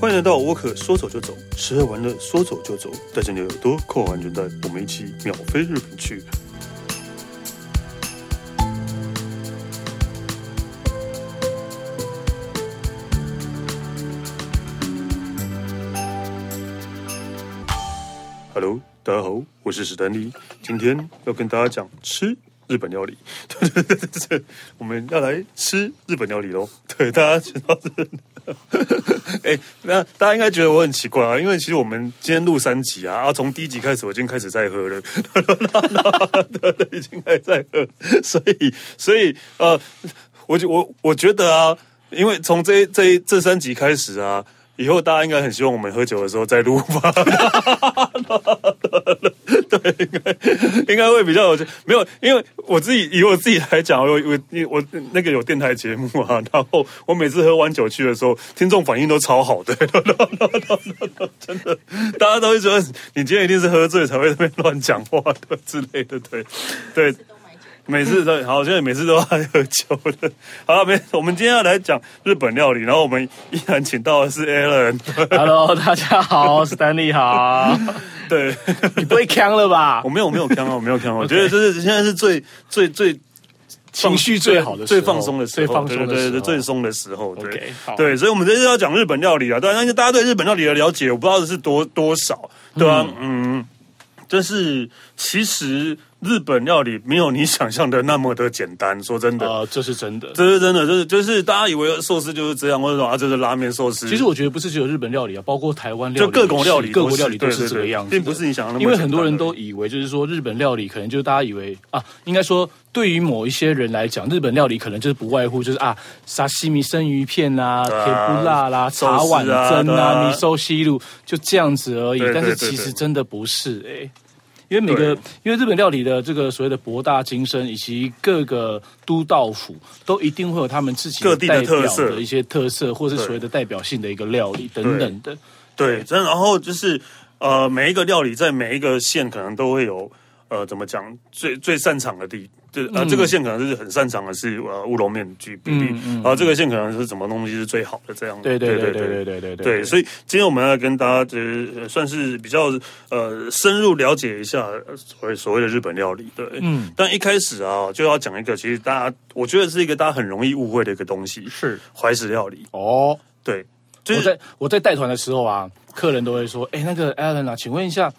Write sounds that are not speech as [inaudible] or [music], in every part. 欢迎来到沃克，说走就走，吃喝玩乐说走就走，带着你的耳朵扣好安全带，我们一起秒飞日本去。Hello，大家好，我是史丹利，今天要跟大家讲吃日本料理。 [laughs] 对对对对对，我们要来吃日本料理喽。对，大家知道是。 [laughs] 哎、那大家应该觉得我很奇怪啊，因为其实我们今天录三集啊，啊，从第一集开始我已经开始在喝了， [laughs] 对，已经开始在喝，所以，所以，呃，我就我我觉得啊，因为从这这这三集开始啊，以后大家应该很希望我们喝酒的时候再录吧。对，应该 [laughs] 应该会比较有没有，因为我自己以我自己来讲，我我我那个有电台节目啊， [laughs] 然后我每次喝完酒去的时候，听众反应都超好的， [laughs] 真的，大家都会觉得你今天一定是喝醉才会在那边乱讲话的之类的，对对。每次都好像每次都爱喝酒的。 [laughs] 好了，没，我们今天要来讲日本料理，然后我们依然请到的是 Alan， Hello，大 [laughs] 家好，史丹 [laughs] 利好。对。你不会呛了吧我？没有，我没有看啊，我没有看啊。我觉得这是现在是最最最情绪最好的时最候放松的时候，最放松对对的对时候对最松的时候。对 OK，好对，所以我们这次要讲日本料理啊，对啊，但是大家对日本料理的了解，我不知道是多多少，对啊，嗯，就是其实日本料理没有你想象的那么的简单，说真的。呃，这是真的。这是真的，就是就是大家以为寿司就是这样，或者说啊，这是拉面寿司。其实我觉得不是只有日本料理啊，包括台湾料就理，各国料理各都是，国料理都对是对这个对样子的，并不是你想的那么因为很多人简单而已都以为就是说日本料理可能就是大家以为啊，应该说对于某一些人来讲，日本料理可能就是不外乎就是啊，沙西米生鱼片啦、对啊甜不辣啦、寿司啊茶碗蒸对啊、啊米寿西路就这样子而已对。对但是对其实对真的不是哎、因为每个对，因为日本料理的这个所谓的博大精深，以及各个都道府都一定会有他们自己各地的代表特色的一些特色，或是所谓的代表性的一个料理等等的。对，真的然后就是呃，每一个料理在每一个县可能都会有呃，怎么讲最最擅长的地。对，呃，嗯这个县可能是很擅长的是呃乌龙面，举比例，然后这个县可能是什么东西是最好的这样。嗯对对对对对对对对，所以今天我们要跟大家就是呃算是比较呃深入了解一下呃所谓所谓的日本料理。对，嗯，但一开始啊就要讲一个，其实大家我觉得是一个大家很容易误会的一个东西，是怀石料理。哦。对，就我是在我在带团的时候啊，客人都会说：“哎，那个 Alan 啊，请问一下，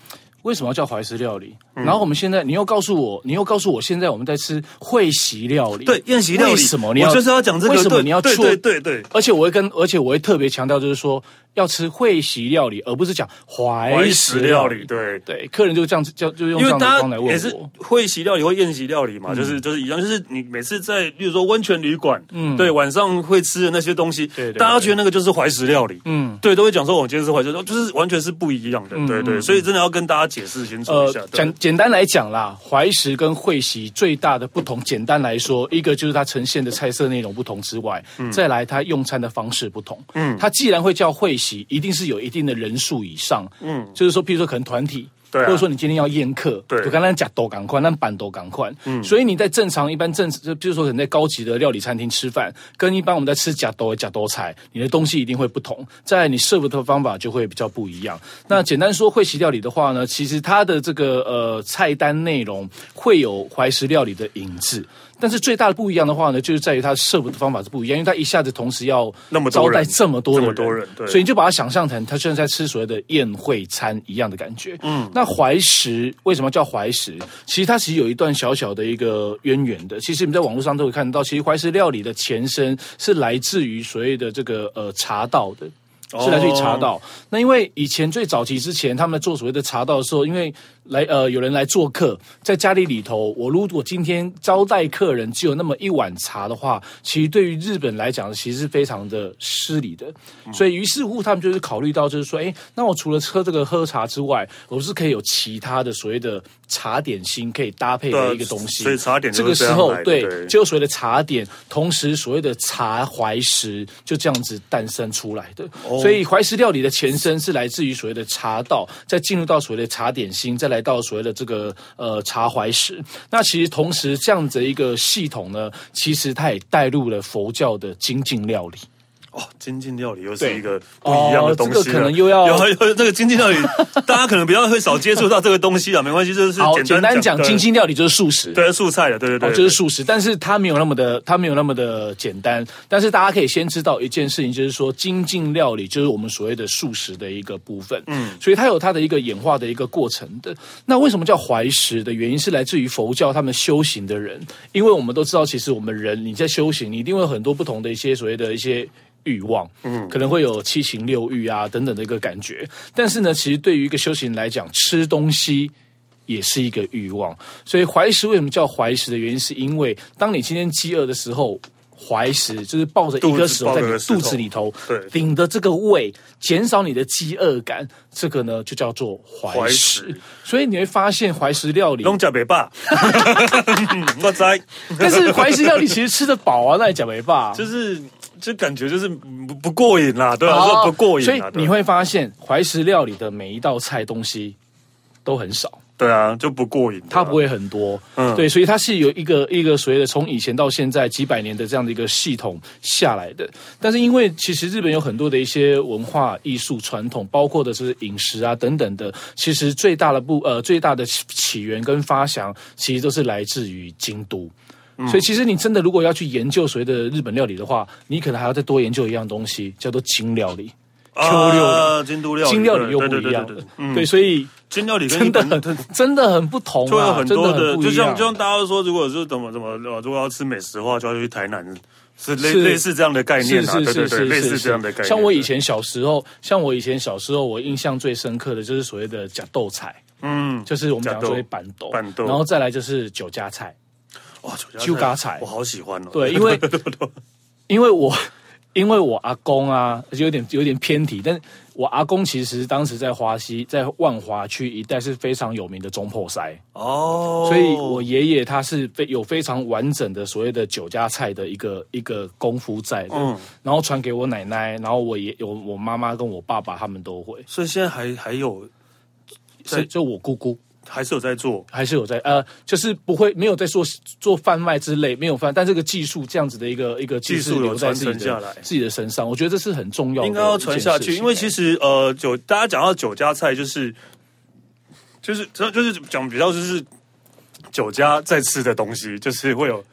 为什么要叫怀石料理？”嗯然后我们现在，你又告诉我，你又告诉我，现在我们在吃会席料理，对宴席料理，为什么你要我就是要讲这个？为什么对你要对做对对对，而且我会跟，而且我会特别强调，就是说要吃会席料理，而不是讲怀怀石石料料理理，。对。对，客人就这样子，就就用因这为样的大方家来也问是我。嗯会席料理或宴席料理嘛，就是就是一样，就是你每次在，例如说温泉旅馆，嗯，对，晚上会吃的那些东西，对对大家对觉得那个就是怀石料理，嗯，对，都会讲说哦我今天是怀石，就是完全是不一样的，对对，所以真的要跟大家解释清楚一呃下，，对简简单来讲啦，怀石跟会席最大的不同，简单来说，一个就是它呈现的菜色内容不同之外，嗯再来它用餐的方式不同。嗯，它既然会叫会席，一定是有一定的人数以上。嗯，就是说，譬如说可能团体。对啊或者说你今天要宴客，对就刚刚讲斗赶快，那板斗赶快，嗯，所以你在正常一般正，就比如说可能在高级的料理餐厅吃饭，跟一般我们在吃假斗假斗菜，你的东西一定会不同，再来你 serve 的方法就会比较不一样。那简单说会席料理的话呢，其实它的这个呃菜单内容会有怀石料理的影子。但是最大的不一样的话呢，就是在于它 serve 的方法是不一样，因为它一下子同时要那么多招待人这么这多的么人，多人对所以你就把它想象成它就像在吃所谓的宴会餐一样的感觉。嗯，那怀石为什么叫怀石？其实它其实有一段小小的一个渊源的。其实你在网络上都会看到，其实怀石料理的前身是来自于所谓的这个呃茶道的。是来自于茶道。那因为以前最早期之前，他们做所谓的茶道的时候，因为来呃有人来做客，在家里里头，我如果今天招待客人只有那么一碗茶的话，其实对于日本来讲，其实是非常的失礼的。所以于是乎，他们就是考虑到，就是说，哎，那我除了喝这个喝茶之外，我是可以有其他的所谓的茶点心可以搭配对啊的一个东西。所以茶点就这是这个时样候来的，对对，就所谓的茶点，同时所谓的茶怀石就这样子诞生出来的。哦所以怀石料理的前身是来自于所谓的茶道，再进入到所谓的茶点心，再来到所谓的这个呃茶怀石。那其实同时这样子的一个系统呢，其实它也带入了佛教的精进料理。哦，精进料理又是对一个不一样的东西了、啊哦这个可能又要有有这个精进料 [laughs] 理，大家可能比较会少接触到这个东西啊，没关系，就是好，简简单讲，对精心料理就是素食。对素菜的，对对对哦，对，就是素食，但是它没有那么的，它没有那么的简单。但是大家可以先知道一件事情，就是说精进料理就是我们所谓的素食的一个部分。嗯，所以它有它的一个演化的一个过程的。那为什么叫怀石的原因是来自于佛教他们修行的人，因为我们都知道，其实我们人你在修行，你一定会有很多不同的一些所谓的一些欲望，嗯，可能会有七情六欲啊等等的一个感觉。但是呢，其实对于一个修行人来讲，吃东西。也是一个欲望，所以怀石为什么叫怀石的原因，是因为当你今天饥饿的时候，怀石就是抱着一肚颗子石抱头在着你个石头肚子里头对，顶着这个胃，减少你的饥饿感，这个呢就叫做怀怀石石。所以你会发现怀石料理，龙甲北 [laughs] 霸，我在但是怀石料理其实吃得饱啊，那也讲 [laughs] 没吧？就是就感觉就是不不过瘾啦，对啊，哦说不过瘾所以啦，对你会发现怀石料理的每一道菜东西都很少，对啊，就不过瘾，它不会会很多，嗯对，所以它是有一个一个所谓的从以前到现在几百年的这样的一个系统下来的。但是因为其实日本有很多的一些文化艺术传统，包括的是饮食啊等等的，其实最大的部呃最大的起起源跟发祥，其实都是来自于京都。嗯所以其实你真的如果要去研究所谓的日本料理的话，你可能还要再多研究一样东西，叫做京料理。秋料理啊，京都料理，京料理又不对一对样对对了对，嗯对，所以京料理跟真日的本很真的很不同就会有啊，很真多的很的，不就一样像就像大家说，如果是怎么怎么，呃如果要吃美食的话，就要去台南，是类是类似这样的概念是啊，对对是对，是是类是似这样的概念。像我以前小时候，像我以前小时候，我印象最深刻的就是所谓的假豆菜，嗯，就是我们假讲豆所谓板豆，板豆然后再来就是酒家菜，哇，酒酒家家菜我好喜欢哦。对，因为因为我因为我阿公啊，有点有点偏题，但是我阿公其实当时在华西，在万华区一带是非常有名的中破塞。 [laughs] 哦，所以我爷爷他是非有非常完整的所谓的酒家菜的一个一个功夫在的，嗯然后传给我奶奶，然后我爷我我妈妈跟我爸爸他们都会，所以现在还还有在是就我姑姑还是有在做，还是有在呃，就是不会没有在做做贩卖之类，没有贩，但这个技术这样子的一个一个技技术术有留在自己传承下来的自己的身上，我觉得这是很重要的，应该要传下去。因为其实实呃，酒大家讲到酒家菜，就是就是这就是讲比较就是酒家在吃的东西，就是会有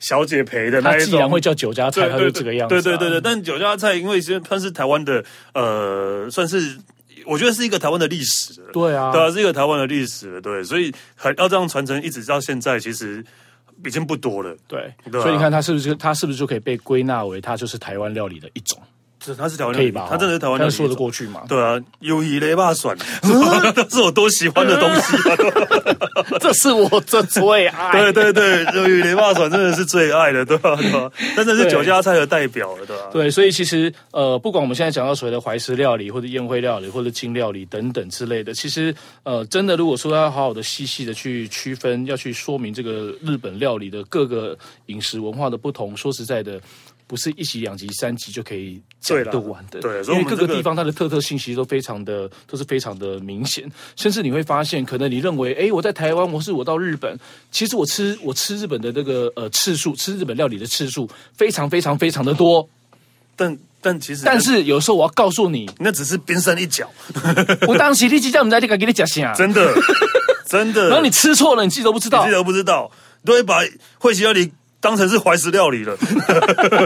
小姐陪的他那一既种然会叫酒家菜，对他对就对这个样子啊、对对对对，但酒家菜因为是算是台湾的呃，算是我觉得是一个台湾的历史了对啊对啊，是一个台湾的历史了对，所以还要这样传承一直到现在，其实已经不多了。对对啊所以你看他是不是他是不是就可以被归纳为他就是台湾料理的一种，这它是台湾可料理，以吧？哦它真的是台湾他料理，说得。过去嘛？对啊，优衣雷霸蒜，这是我多喜欢的东西啊！[laughs] [laughs] 这是我的最 [laughs] 爱。对对对，优衣雷霸蒜真的是最爱的，对吧、对吧、真的是酒家菜的代表了，对啊吧、对，所以其实呃，不管我们现在讲到所谓的怀石料理，或者宴会料理，或者京料理等等之类的，其实呃，真的如果说要好好的、细细的去区分，要去说明这个日本料理的各个饮食文化的不同，说实在的。不是一集、两集、三集就可以讲对啦得完的，对所因以我们为各这个个地方它的特特性其实都非常的，都是非常的明显。甚至你会发现，可能你认为，哎，我在台湾，或是我到日本，其实我吃我吃日本的那个呃次数，吃日本料理的次数非常非常非常的多，但但其实，但是有时候我要告 [laughs] 诉你，那只是冰山一角，我当时你记在我们在这个给你讲啥，真 [laughs] 的真的。然后你吃错了，你自己都不知道自己。都不知道，都会把会席料理当成是怀石料理了。 [laughs]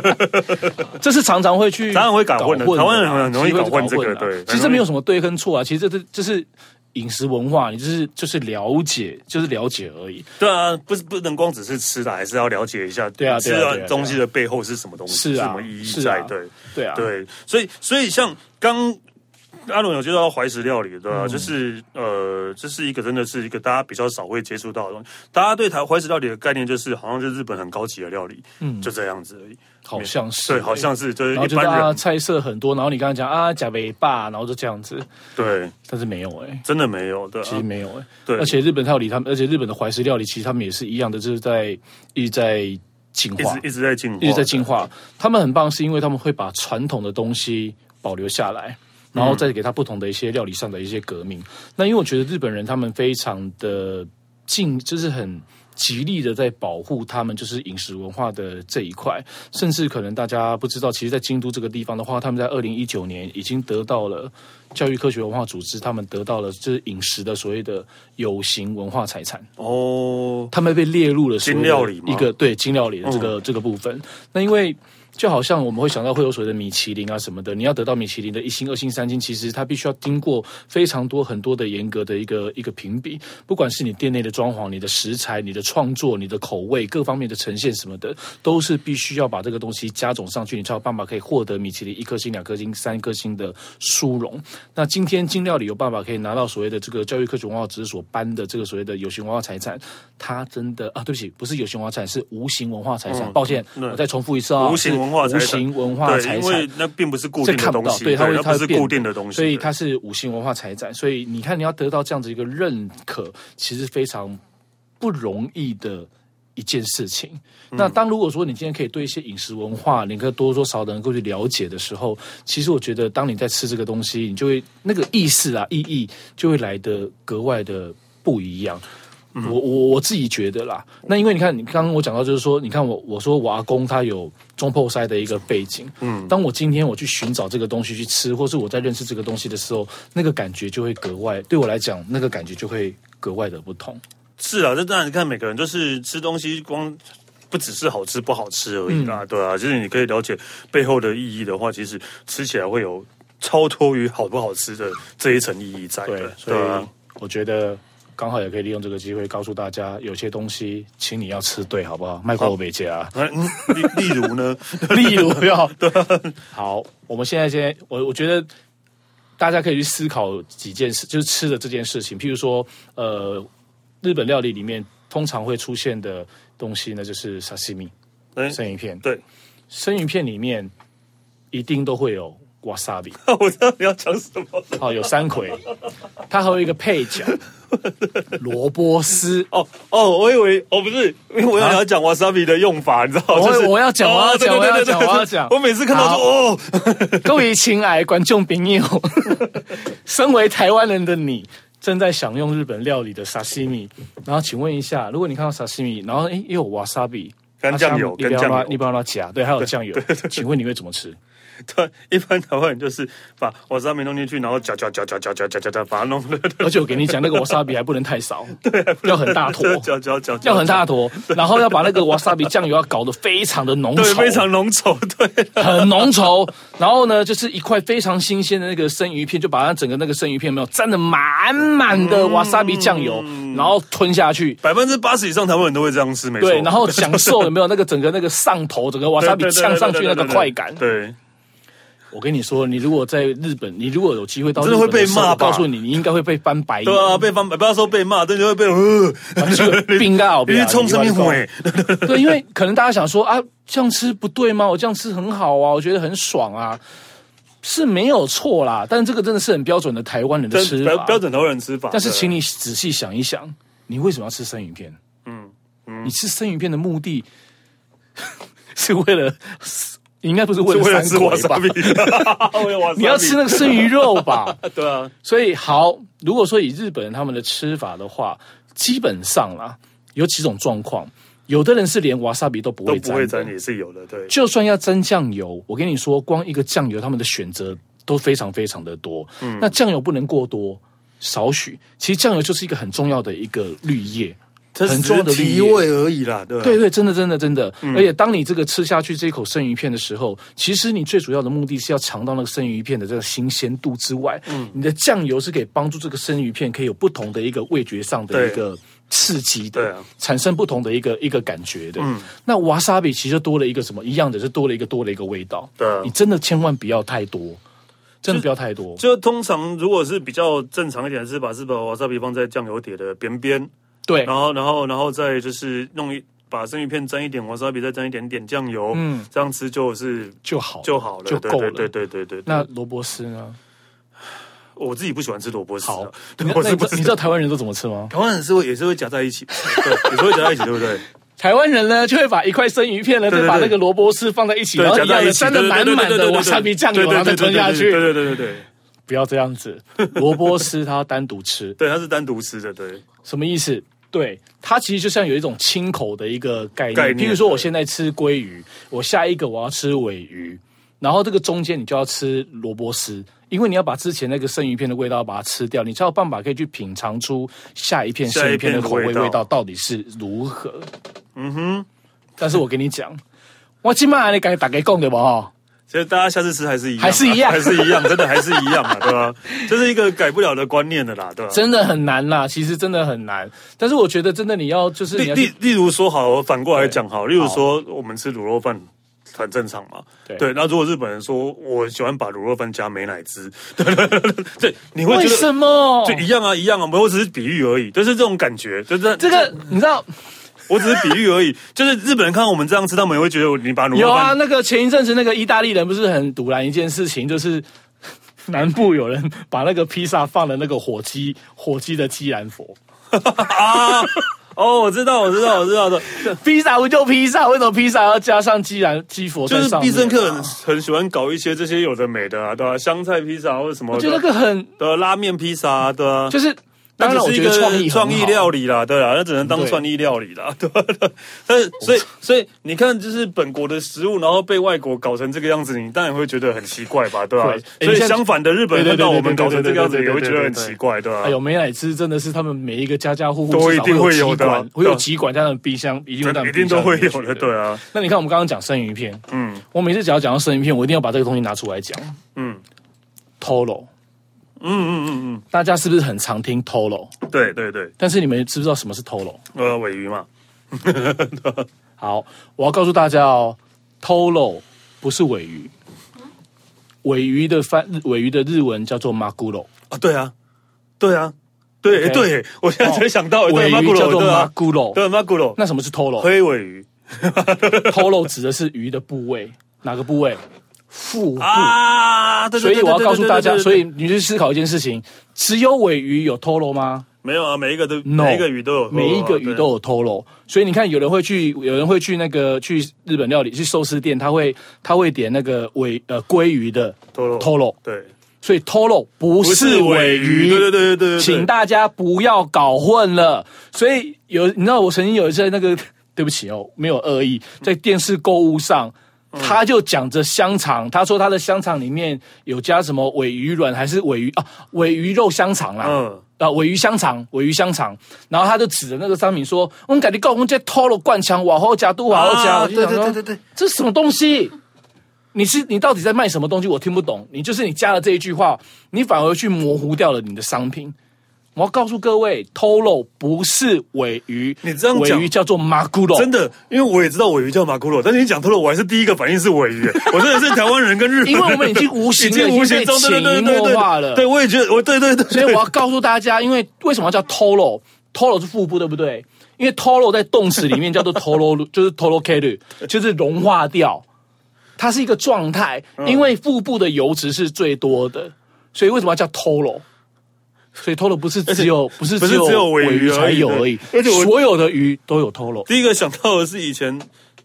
这是常常会去，常常会搞混的搞台湾人很容易其实搞混这个搞混的对其实这没有什么对跟错啊，其实这这这是饮食文化，你就是就是了解，就是了解而已。对啊，不是不能光只是吃的，还是要了解一下，对啊吃对啊对啊对的啊东西的背后是什么东西，是啊什么意义是在？啊对对啊，对，所以所以像刚。阿伦有介绍到怀石料理，对吧、啊嗯就是呃，这是一个真的是一个大家比较少会接触到的东西。大家对台怀石料理的概念就是，好像就是日本很高级的料理，嗯，就这样子而已。好像是对，好。像是就是然后一就是般啊，人，菜色很多，然后你刚刚讲啊，假尾巴，然后就这样子，对，但是没有哎、真的没有，对、啊，其实没有哎、对而且日本料理他们，而且日本的怀石料理其实他们也是一样的，就是在一直在进一化直，一直在进化，一直在进化。他们很棒，是因为他们会把传统的东西保留下来，然后再给它不同的一些料理上的一些革命。那因为我觉得日本人他们非常的进，就是很极力的在保护他们就是饮食文化的这一块，甚至可能大家不知道，其实，在京都这个地方的话，他们在二零一九年已经得到了教育科学文化组织，他们得到了就是饮食的所谓的有形文化财产。哦，他们被列入了所谓的精料理吗嗯一个对精料理的这个、这个部分。那因为就好像我们会想到会有所谓的米其林啊什么的，你要得到米其林的一星、二星、三星，其实它必须要经过非常多很多的严格的一个一个评比，不管是你店内的装潢、你的食材、你的创作、你的口味各方面的呈现什么的，都是必须要把这个东西加总上去，你才有办法可以获得米其林一颗星、两颗星、三颗星的殊荣。那今天精料理有办法可以拿到所谓的这个教育科学文化指所颁的这个所谓的有形文化财产，它真的啊，对不起，不是有形文化财产，是无形文化财产。嗯抱歉，对我再重复一次啊，无形文化财产是无形文化对，财因产为。那并不是固这定的看不东到，西，对，它会它不它会是变固定的东西，所以对它是五星文化财产。所以你看，你要得到这样子一个认可，其实非常不容易的一件事情。嗯那当如果说你今天可以对一些饮食文化，你可以多多少少地能够去了解的时候，其实我觉得，当你在吃这个东西，你就会那个意思啊，意义就会来得格外的不一样。嗯我我我自己觉得啦，那因为你看，你刚刚我讲到就是说，你看我我说我阿公他有中破塞的一个背景，嗯，当我今天我去寻找这个东西去吃，或是我在认识这个东西的时候，那个感觉就会格外，对我来讲，那个感觉就会格外的不同。是啊，这当然你看每个人就是吃东西光。不只是好吃不好吃而嗯已啦，对啊，就是你可以了解背后的意义的话，其实吃起来会有超脱于好不好吃的这一层意义在对的，，所对啊 [laughs] 以，我觉得刚好也可以利用这个机会告诉大家，有些东西请你要吃对，好不好？卖过我没加，那嗯例例如呢， [laughs] 例如要好，我们现在先，我我觉得。大家可以去思考几件事，就是吃的这件事情。譬如说，呃，日本料理里面通常会出现的东西呢，就是沙西米 [laughs] 哎生鱼片。对，生鱼片里面一定都会有 wasabi， [laughs] [laughs] 我知道你要讲什么了哦，有山葵，它还有一个配角萝卜丝。哦哦，我以为哦不是，因为我要啊要讲 wasabi 的用法，你知道，我就是我要讲哦我要讲对对对我要讲对对我要讲啊我每次看到好说哦，各位亲爱的观众朋友， [laughs] 身为台湾人的你，正在享用日本料理的沙西米。然后，请问一下，如果你看到沙西米，然后诶又有 wasabi。干酱油啊你不干要酱油乱你不要乱加，对，还有酱油。请问你会怎么吃？ [laughs] 对，一般台湾人就是把 wasabi 弄进去，然后搅搅搅搅搅搅搅搅搅，把它弄的而且我给你讲，那个 wasabi 还不能太少，对，要很 [laughs] 大 [laughs] 坨，搅搅搅，要很大坨，然后要把那个 wasabi 酱油要搞得非常的浓稠，对，非常浓稠，对，很浓稠，然后呢，就是一块非常新鲜的那个生鱼片，就把它整个那个生鱼片有没有沾的满满嗯的瓦萨比酱油，然后吞下去。百分之八十以上台湾人都会这样吃，没错。对，然后享受有没有那个整个那个上头，整个瓦对萨比对对呛对上去对那个对对快感？对，我跟你说，你如果在日本，你如果有机会到日真的会本的被时候，骂我吧告诉你，你应该会被翻白眼对。啊，被翻，不要说被骂，真的会被啊就呃，冰干好不 [laughs] 你要是冲生命你会，对，因为可能大家想说啊，这样吃不对吗？我这样吃很好啊，我觉得很爽啊，是没有错啦。但这个真的是很标准的台湾人的吃标法，标准台湾人吃法。但是，请你你仔细想一想，你为什么要吃生鱼片？嗯，你吃生鱼片的目的 [laughs] 是为了，你应该不是为是为了了吃三葵吧？ wasabi，为了 [laughs] wasabi 你要吃那个生鱼肉 [laughs] 吧？对啊，所以好，如果说以日本人他们的吃法的话，基本上啦，有几种状况，有的人是连瓦萨比都不都会不沾会的，沾也是有的，对。就算要沾酱油，我跟你说，光一个酱油，他们的选择都非常非常的多。嗯，那酱油不能过多，少许。其实酱油就是一个很重要的一个绿叶，很重要的绿提叶。味而已啦，对啊嗯吧对对，真的真的真的。而且当你这个吃下去这一口生鱼片的时候，其实你最主要的目的是要尝到那个生鱼片的这个新鲜度之外，嗯你的酱油是可以帮助这个生鱼片可以有不同的一个味觉上的对一个。刺激对的啊，嗯产生不同的一个一个感觉的。那瓦萨比其实多了一个什么一样的，是多了一个多了一个味道。对啊你真的千万不要太多，真的不要太多。就通常如果是比较正常一点的吃法，是把 wasabi 放在酱油碟的边边，对然，后然后然后再就是弄一把生鱼片沾一点 wasabi，再沾一点点酱油，嗯，这样吃就是就好了就好了，就够了。对对对对对对。那萝卜丝呢？我自己不喜欢吃萝卜丝啊，好，对你我是那你不知是你知道台湾人都怎么吃吗？台湾人是会也是会夹在一起，对，也是会夹在一起，对不对？台湾人呢，就会把一块生鱼片呢，对对再把那个萝卜丝放在一起，对然，后夹一样在的一起，沾的对满对对满对的对对瓦萨比酱油，对对然后再对对吞下对去。对对对对对，不要这样子，萝卜丝它要单独吃，对，它是单独吃的，对，什么意思？对，它其实就像有一种清口的一个概念。概念譬如说，我现在吃鲑鱼，我下一个我要吃尾鱼，然后这个中间你就要吃萝卜丝，因为你要把之前那个生鱼片的味道把它吃掉，你才有办法可以去品尝出下一片下一生鱼片的片的口味味道味道到底是如何。嗯哼，但是我跟你讲，我今晚你敢打给讲对不哈？所以大家下次吃还是一样啊，还是一样还是一样，真的还是一样啊，对 [laughs] 吧？这是一个改不了的观念的啦，对吧？真的很难啦，其实真的很难。但是我觉得真的你要就是你例要去例例如说好，我反过来讲好，例如说我们吃卤肉饭。很正常嘛，对对。那如果日本人说我喜欢把卤肉饭加美乃滋， [laughs] 对对对对对，你会为觉得什么？就一样啊，一样啊，我只是比喻而已，就是这种感觉，就是这个你知道我只是比喻而已，就是日本人看到我们这样吃，他们也会觉得你把卤有肉啊，饭那个前一阵子那个意大利人不是很堵然一件事情，就是 [laughs] 南部有人把那个披萨放了那个火鸡火鸡的鸡兰佛，啊，哦，我知道，我知道，我知道的，披萨不就披萨，为什么披萨要加上鸡兰鸡佛就在是上必面啊？胜客很很喜欢搞一些这些有的没的啊，对吧、香菜披萨或者什么我觉得那的，个很对啊拉面披萨、啊，对啊，就是，那当然我只是觉一个得创意啊创意料理，理啦，对啦，那只能当对创意料理啦，对 [laughs] 吧？但是所以所以你看，就是本国的食物，然后被外国搞成这个样子，你当然会觉得很奇怪吧，对吧对？哎所以你像相反的，日本人对对对看到我们对对搞成这个样子，对对也会对觉得很对对奇怪，对吧哎？呦，美乃滋真的是他们每一个家家户户都至少一定会会有的啊几管对啊会有几管在他们冰箱，一定会在他这们一定冰箱都会里面有的，去对啊，那你看，我们刚刚讲生鱼片，嗯我每次只要讲到生鱼片，我一定要把这个东西拿出来讲。嗯 Toro，嗯嗯嗯大家是不是很常听 Toro？嗯，对对对，但是你们知不知道什么是 Toro？呃，尾鱼嘛，好，我要告诉大家哦，Toro 不是尾鱼，尾鱼的翻尾鱼的日文叫做 Maguro，啊，对啊，对啊，对 OK 哦对，我现在才想到，尾哦对，马古鱼叫罗，做对啊， Maguro。对马古罗，那什么是 Toro？Toro 黑尾鱼指的是鱼的部位，哪个部位？腹部。啊，对嗯所对以对我要对告对诉对大对家，对所以你去思考一件事情：只有尾鱼有 Toro 吗？没有啊，每一个都 No，每一个鱼都有，每一个鱼都有透露，所以你看，有人会去，有人会去那个去日本料理，去寿司店，他会他会点那个尾呃鲑鱼的透露透露，对，所以透露不是尾鱼，对对对对对，请大家不要搞混了。所以有你知道，我曾经有一次在那个 [laughs] 对不起哦，没有恶意，在电视购物上。嗯他就讲着香肠，他说他的香肠里面有加什么尾鱼卵还是尾鱼啊尾鱼肉香肠啦，嗯，啊，尾鱼香肠，尾鱼香肠，然后他就指着那个商品说：“我们改你告我们这偷了灌肠，往后加都往后加。啊我就想说：“对对对对对这是什么东西？你是你到底在卖什么东西？我听不懂。你就是你加了这一句话，你反而去模糊掉了你的商品。我要告诉各位，Tolo 不是尾鱼，你这样尾讲鱼叫做 Maguro，真的，因为我也知道尾鱼叫马古罗，但是你讲透露，我还是第一个反应是尾鱼，我真的是台湾人跟日本人，因为我们已经无形已的经无形中已经对被对潜移对对默化对，了。对我也觉得，我对对对，所以我要告诉大家，因为为什么要叫 tolo？tolo 是腹部，对不对？因为 tolo 在动词里面 [laughs] 叫做 tolo，就是 tolo k e 就是融化掉，它是一个状态。嗯因为腹部的油脂是最多的，所以为什么要叫 tolo？所以 tolo 不是只有不是不是只有只有尾鱼鱼才而已有对而已，而且我所有的鱼都有 tolo 第一个想到的是以前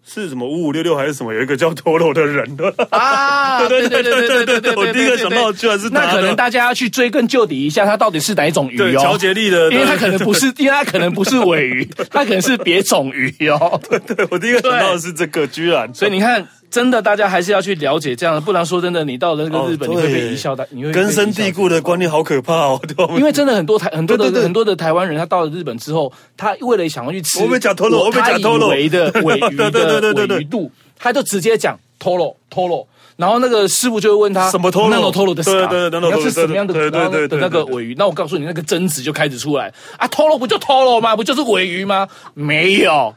是什么五五六六还是什么，有一个叫托罗的人， [laughs] 啊！对对对对对对我第一个想到的居然是它那可能大家要去追根究底一下，它到底是哪一种鱼对，哦？乔杰利的，因为它可能不是，因为它可能不是 [laughs] 尾鱼，它可能是别种鱼哦。对我第一个想到的是这个，居然，所以你看，真的大家还是要去了解这样的，不然说真的，你到了那哦个日本，你会对被一笑的，你会被根深蒂贻笑固的观念好可怕哦，对吧？我们因为真的很多台很多的对对对很多的台湾人，他到了日本之后，他为了想要去吃我被讲偷了我被他讲偷了以为的尾鱼对对对对对的对尾鱼肚，他就直接讲偷了偷了。然后那个师傅就会问他什么偷肉那种偷肉的对对对你要吃什么样的对对对对的那个尾鱼？那我告诉你，那个争执就开始出来啊！偷肉不就偷肉吗？不就是尾鱼吗？没有，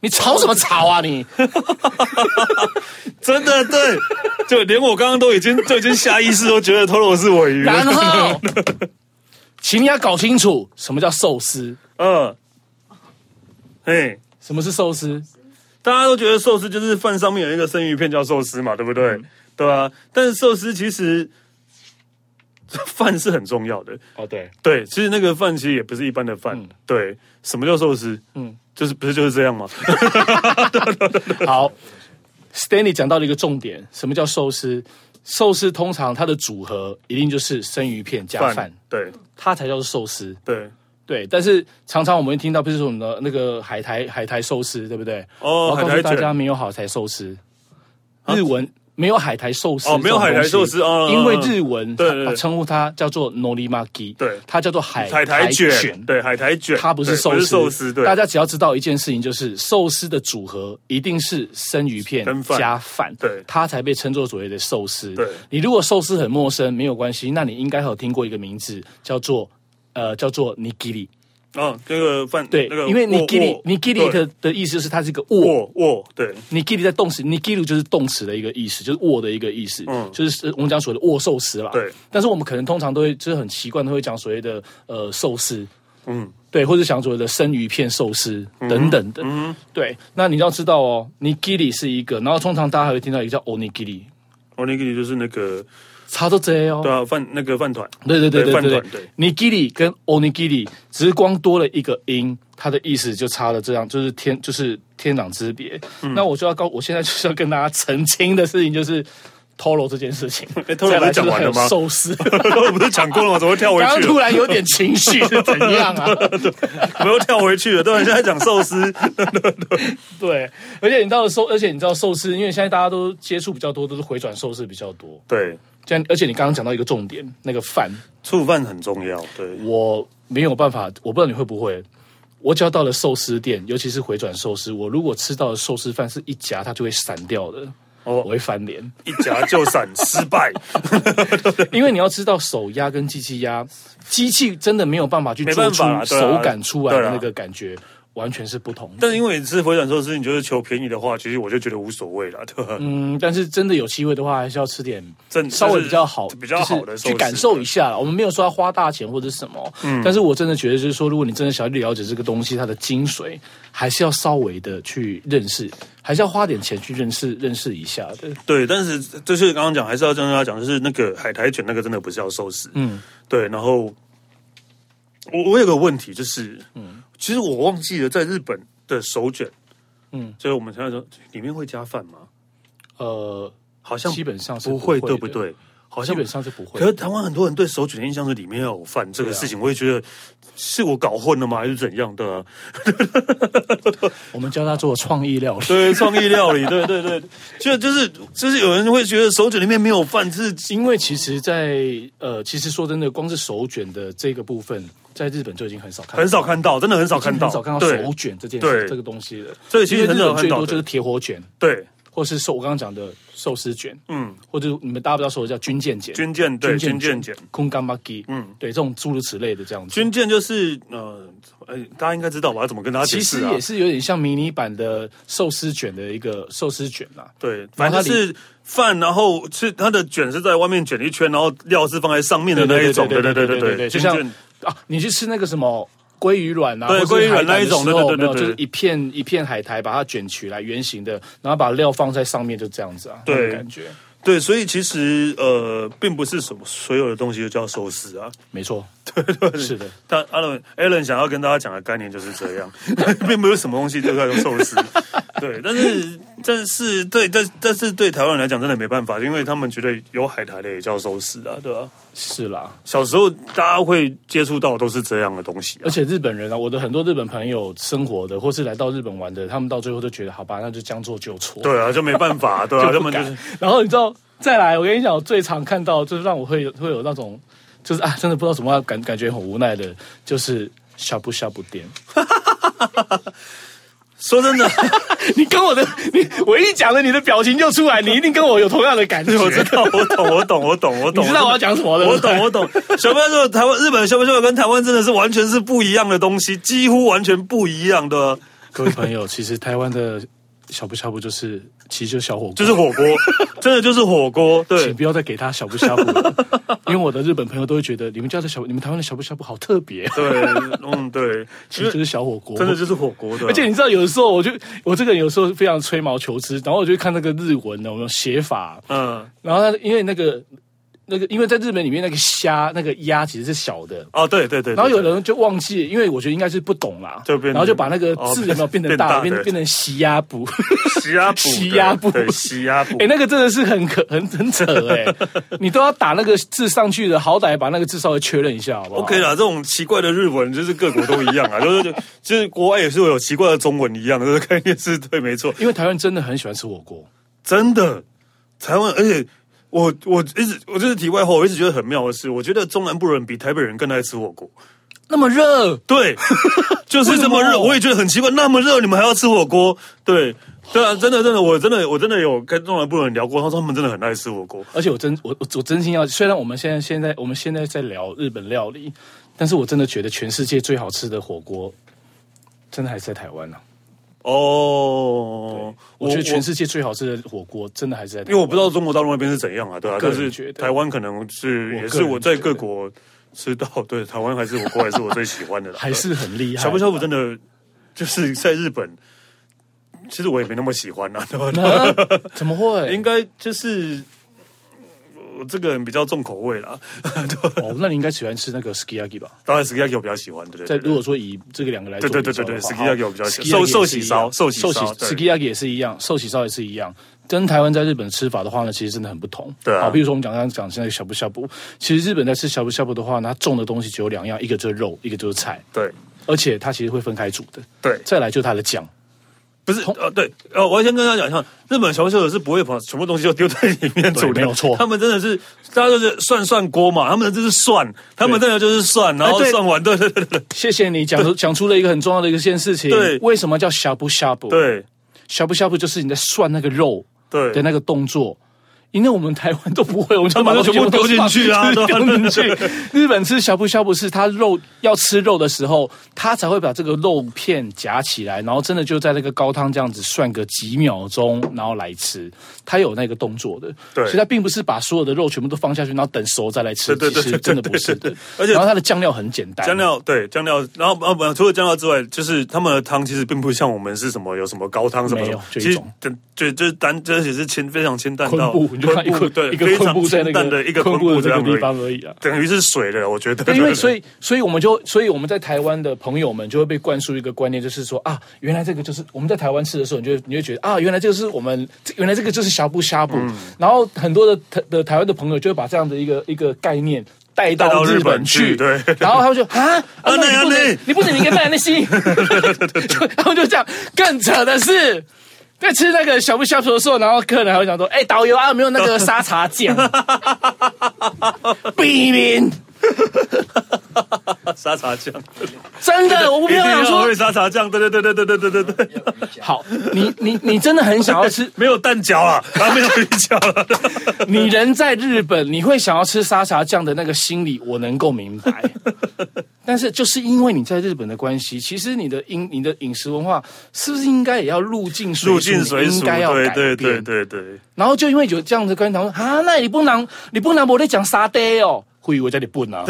你吵什么吵啊你？真的对，就连我刚刚都已经 [laughs] 都已经下意识都觉得托罗是尾鱼了，然后，请你要搞清楚什么叫寿司， [laughs] 嗯，嘿，什么是寿司？大家都觉得寿司就是饭上面有一个生鱼片叫寿司嘛，对不嗯对？对啊，但是寿司其实 [laughs] 饭是很重要的，哦，对，对，其实那个饭其实也不是一般的饭，对，什么叫寿司？嗯嗯，就是不是就是这样吗？ [laughs] 好，Stanley 讲到了一个重点，什么叫寿司？寿司通常它的组合一定就是生鱼片加饭，对它才叫做寿司。对对，但是常常我们会听到，比如说我们的那个海苔海苔寿司，对不对？哦我要告海诉苔大家，卷啊没有海苔寿司，日文没有海苔寿司哦没有海苔寿司这种东西哦因为哦哦日文对对对它称呼它叫做 norimaki，对它叫做海海苔卷卷，。对，海苔卷，它不是对寿不司，是寿司，对，大家只要知道一件事情，就是寿司的组合一定是生鱼片跟饭加饭，对它才被称作所谓的寿司。对你如果寿司很陌生，没有关系，那你应该有听过一个名字叫做呃叫做 nigiri，嗯，那个饭，对，那个因为握握 nigiri nigiri 的的意思就是它是一个握握握，对，你 g i 在动词，你 g i 就是动词的一个意思，就是握的一个意思，嗯就是呃我们讲所谓的握寿司啦。对，但是我们可能通常都会就是很习惯都会讲所谓的呃寿司，嗯，对，或者讲所谓的生鱼片寿司等等的。嗯，对。那你要知道哦，你 g i 是一个，然后通常大家还会听到一个叫 onigiri，哦，那个就是那个差都这哦对。啊，饭那个饭团，对对对对饭对团对对， ，nigiri 跟 onigiri 只是光多了一个音，它的意思就差了这样，就是天就是天壤之别。嗯那我就要告，我现在就是要跟大家澄清的事情就是。Toro 这件事情，诶，Toro 哎再来不是讲就是完了还有吗寿司， [laughs] 我不是讲过了吗？怎么跳回 [laughs] 刚刚去突了？然有点情绪是怎样啊？没有跳回去了，对，啊现在讲寿司， [laughs] 对，而且你到了寿，而且你知道寿司，因为现在大家都接触比较多，都是回转寿司比较多。对，这样，而且你刚刚讲到一个重点，那个饭，醋饭很重要，对，我没有办法，我不知道你会不会。我只要到了寿司店，尤其是回转寿司，我如果吃到的寿司饭是一夹它就会散掉的，哦我会翻脸。一夹就散，失败，因为你要知道手压跟机器压，机器真的没有办法去没做办出法啦对啊手感出来对的啊那个感觉，完全是不同的。但是因为你吃回转寿司，你就是求便宜的话，其实我就觉得无所谓了，对吧？嗯，但是真的有机会的话，还是要吃点正稍微比较好、嗯比较好的就是寿司去感受一下啦。我们没有说要花大钱或者什么，嗯但是我真的觉得就是说，如果你真的想要了解这个东西它的精髓，还是要稍微的去认识，还是要花点钱去认识认识一下的。对，但是就是刚刚讲，还是要跟大家讲，就是那个海苔卷那个真的不是要寿司，嗯，对。然后我我有个问题就是，嗯，其实我忘记了在日本的手卷，嗯嗯，就是我们现在说里面会加饭吗？呃，好像基本上是不不会会，的对不对？好基像本上是不会可。是台湾很多人对手卷的印象是里面要有饭这个啊事情，我也觉得是我搞混了吗，还是怎样的啊？ [laughs] 我们教他做创意料理， [laughs] 对，创意料理，对对对，就就是就是有人会觉得手卷里面没有饭是因为其实在，呃，其实说真的，光是手卷的这个部分，在日本就已经很少看到了，很少看到，真的很少看很到，少看到对手卷这件对事这个东西了。所以其实因为很日少本最看到多的就是铁火卷，对，或是寿我刚刚讲的寿司卷，嗯，或者你们大家比较熟的叫军舰卷、军舰对军舰卷，空干巴基，嗯嗯，对，这种诸如此类的这样子。军舰就是呃，哎大家应该知道吧？怎么跟大家解其实释啊也？是有点像迷你版的寿司卷的一个寿司卷啦，对，反正就是饭，然后是它的卷是在外面卷一圈，然后料是放在上面的那一种，对对对对对，军就像舰啊，你去吃那个什么。鲑鱼卵啊，对或鲑是鱼卵海苔那一种的时候对对对没有对就是一片一片海苔，把它卷起来，圆形的，然后把料放在上面，就这样子啊，对那种感觉，对，所以其实呃，并不是什么所有的东西都叫寿司啊。没 [laughs] 错，对对，是的，但 Alan Alan 想要跟大家讲的概念就是这样， [laughs] 并没有什么东西都叫寿 [laughs] 司。对，但是但是对，但但是对台湾人来讲真的没办法，因为他们觉得有海苔的也叫寿司啊，对吧、是啦，小时候大家会接触到都是这样的东西、啊而。且日本人啊，我的很多日本朋友生活的，或是来到日本玩的，他们到最后都觉得，好吧，那就将错就错，对啊，就没办法，对啊， [laughs] 就他不们就敢，是然后你知道，再来，我跟你讲，我最常看到就是让我会有会有那种，就是啊，真的不知道怎么样感感觉很无奈的，就是呷哺呷哺店。说真的， [laughs] [laughs] 你跟我的你，我一讲了，你的表情就出来，你一定跟我有同样的感觉。我知道，我懂，我懂，我懂，我懂。你知道我要讲什么的，我对不对懂，我懂。小朋友，台湾、日本的小朋友跟台湾真的是完全是不一样的东西，几乎完全不一样的。各位朋友，其实台湾的小不小不就是，其实就小火锅，就是 [laughs] 火锅，真的就是火锅。对请，不要再给他小不呷 [laughs] 哺了，因为我的日本朋友都会觉得你们家的小，你们台湾的小不呷哺好 [laughs] 特别，啊对，嗯， [laughs] 对，其实就是小火锅，真的。就是火锅的。而且你知道，有的时候我就我这个人有时候非常吹毛求疵，然后我就看那个日文的我们写法，嗯，然后他因为那个那个，因为在日本里面那个虾、那个鸭其实是小的，哦，对对对，然后有对人就忘记，因为我觉得应该是不懂啦，就变然后就把那个哦字有没有变成变大，大变对变成洗鸭补。 [laughs] 洗鸭布，洗鸭布对洗鸭布 [laughs] 哎、，那个真的是很可很很扯哎、你都要打那个字上去的，好歹把那个字稍微确认一下，好不好 OK 啦，这种奇怪的日文就是各国都一样啊， [laughs] 就是就是国外也是有奇怪的中文一样的，这个概念是对，没错，因为台湾真的很喜欢吃火锅，真的台湾，而且我我一直我这是题外话，我一直觉得很妙的是，我觉得中南部人比台北人更爱吃火锅，那么热，对， [laughs] 就是这么为什热，么我也觉得很奇怪，那么热你们还要吃火锅，对。对啊，真的真的，我真的我真的有跟中南部人聊过，他说他们真的很爱吃火锅。而且我真我我我真心要，虽然我们现在现在我们现在在聊日本料理，但是我真的觉得全世界最好吃的火锅，真的还是在台湾呢、啊哦，我觉得全世界最好吃的火锅，真的还是在台因为我湾。不知道中国大陆那边是怎样啊，对啊，个但人是觉得台湾可能是也个是人我在觉各得国吃到，对台湾还是火锅还是我最喜欢的啦， [laughs] 还是很厉害。小布小布真的就是在日本，其实我也没那么喜欢啊，对吧？啊怎么 [laughs] 会应？该就是我这个人比较重口味啦， [laughs] 对吧哦，那你应该喜欢吃那个 skiaki 吧？当然 s k i y a 我比较喜欢，对在对如对。果说以这个两个来做对比对较对对的话对好 skiaki 我比较喜欢 skiaki 寿寿也喜是一烧样寿喜寿喜烧对 skiaki 也是一样，寿喜烧也是一样。跟台湾在日本吃法的话呢，其实真的很不同。对啊好，比如说我们讲刚刚讲现在小布小布，其实日本在吃小布小布的话呢，它重的东西只有两样，一个就是肉，一个就是菜，对而且它其实会分开煮的。对，再来就是它的酱，不是呃对呃，我要先跟大家讲一下，日本小朋友是不会把全部东西都丢在里面煮的，没有错他们真的是，大家就是涮涮锅嘛，他们就是涮，他们真的就是涮，然后哎对涮完，对对对对谢谢你讲出讲出了一个很重要的一个件事情。对为什么叫小布小布？，对小布小布就是你在涮那个肉，对的那个动作。因为我们台湾都 [laughs] 不会，我们就们把就全部东西丢进去啊对就是 [laughs] 丢吧进去。日本吃呷哺呷哺是它肉要吃肉的时候，它才会把这个肉片夹起来，然后真的就在那个高汤这样子涮个几秒钟，然后来吃。它有那个动作的，对所以它并不是把所有的肉全部都放下去，然后等熟再来吃。对对对其对实对真的不是对的对。而且然后它的酱料很简单，酱料对酱料，然后啊不，除了酱料之外，就是他们的汤其实并不像我们是什么有什么高汤什么没什有么，就其一实种就就就是单，这也是清非常清淡昆到布，你就看一昆布个对一个非昆常布在清那淡个的一个昆昆布布的这这样个而地已方而已啊。等于是水了，我觉得。对，因为所以以所以我们就所以我们在台湾的朋友们就会被灌输一个观念，就是说啊，原来这个就是我们在台湾吃的时候，你就你就觉得啊，原来这个是我们这原来这个就是呷哺呷哺，嗯然后很多的台的台湾的朋友就会把这样的一个一个概念。带带到到日日本本去去，对然后他们就啊， [laughs] 啊啊，那那你不那能，你不能，你应该卖那些， [laughs] 就他们就这样。更扯的是，在吃那个小不小的时候，然后客人还会讲说：“哎、导游啊，有没有那个沙茶 [laughs] 酱？”避免。 [laughs] 沙茶酱，真的，我一没有定要想说会沙茶酱，对对对对对对对对对，好，你你你真的很想 [laughs]，要吃没有蛋饺啊，啊没有鱼饺了，你人在日本，你会想要吃沙茶酱的那个心理，我能够明 [laughs] 白。但是就是因为你在日本的关系，其实你的饮你的饮食文化是不是应该也要入境水入境水你煮，应该要改对变？对对对对，然后就因为有这样的观念，他说啊，那你不能你不能我在讲沙爹哦，会以为我叫你 [laughs] 笨啊。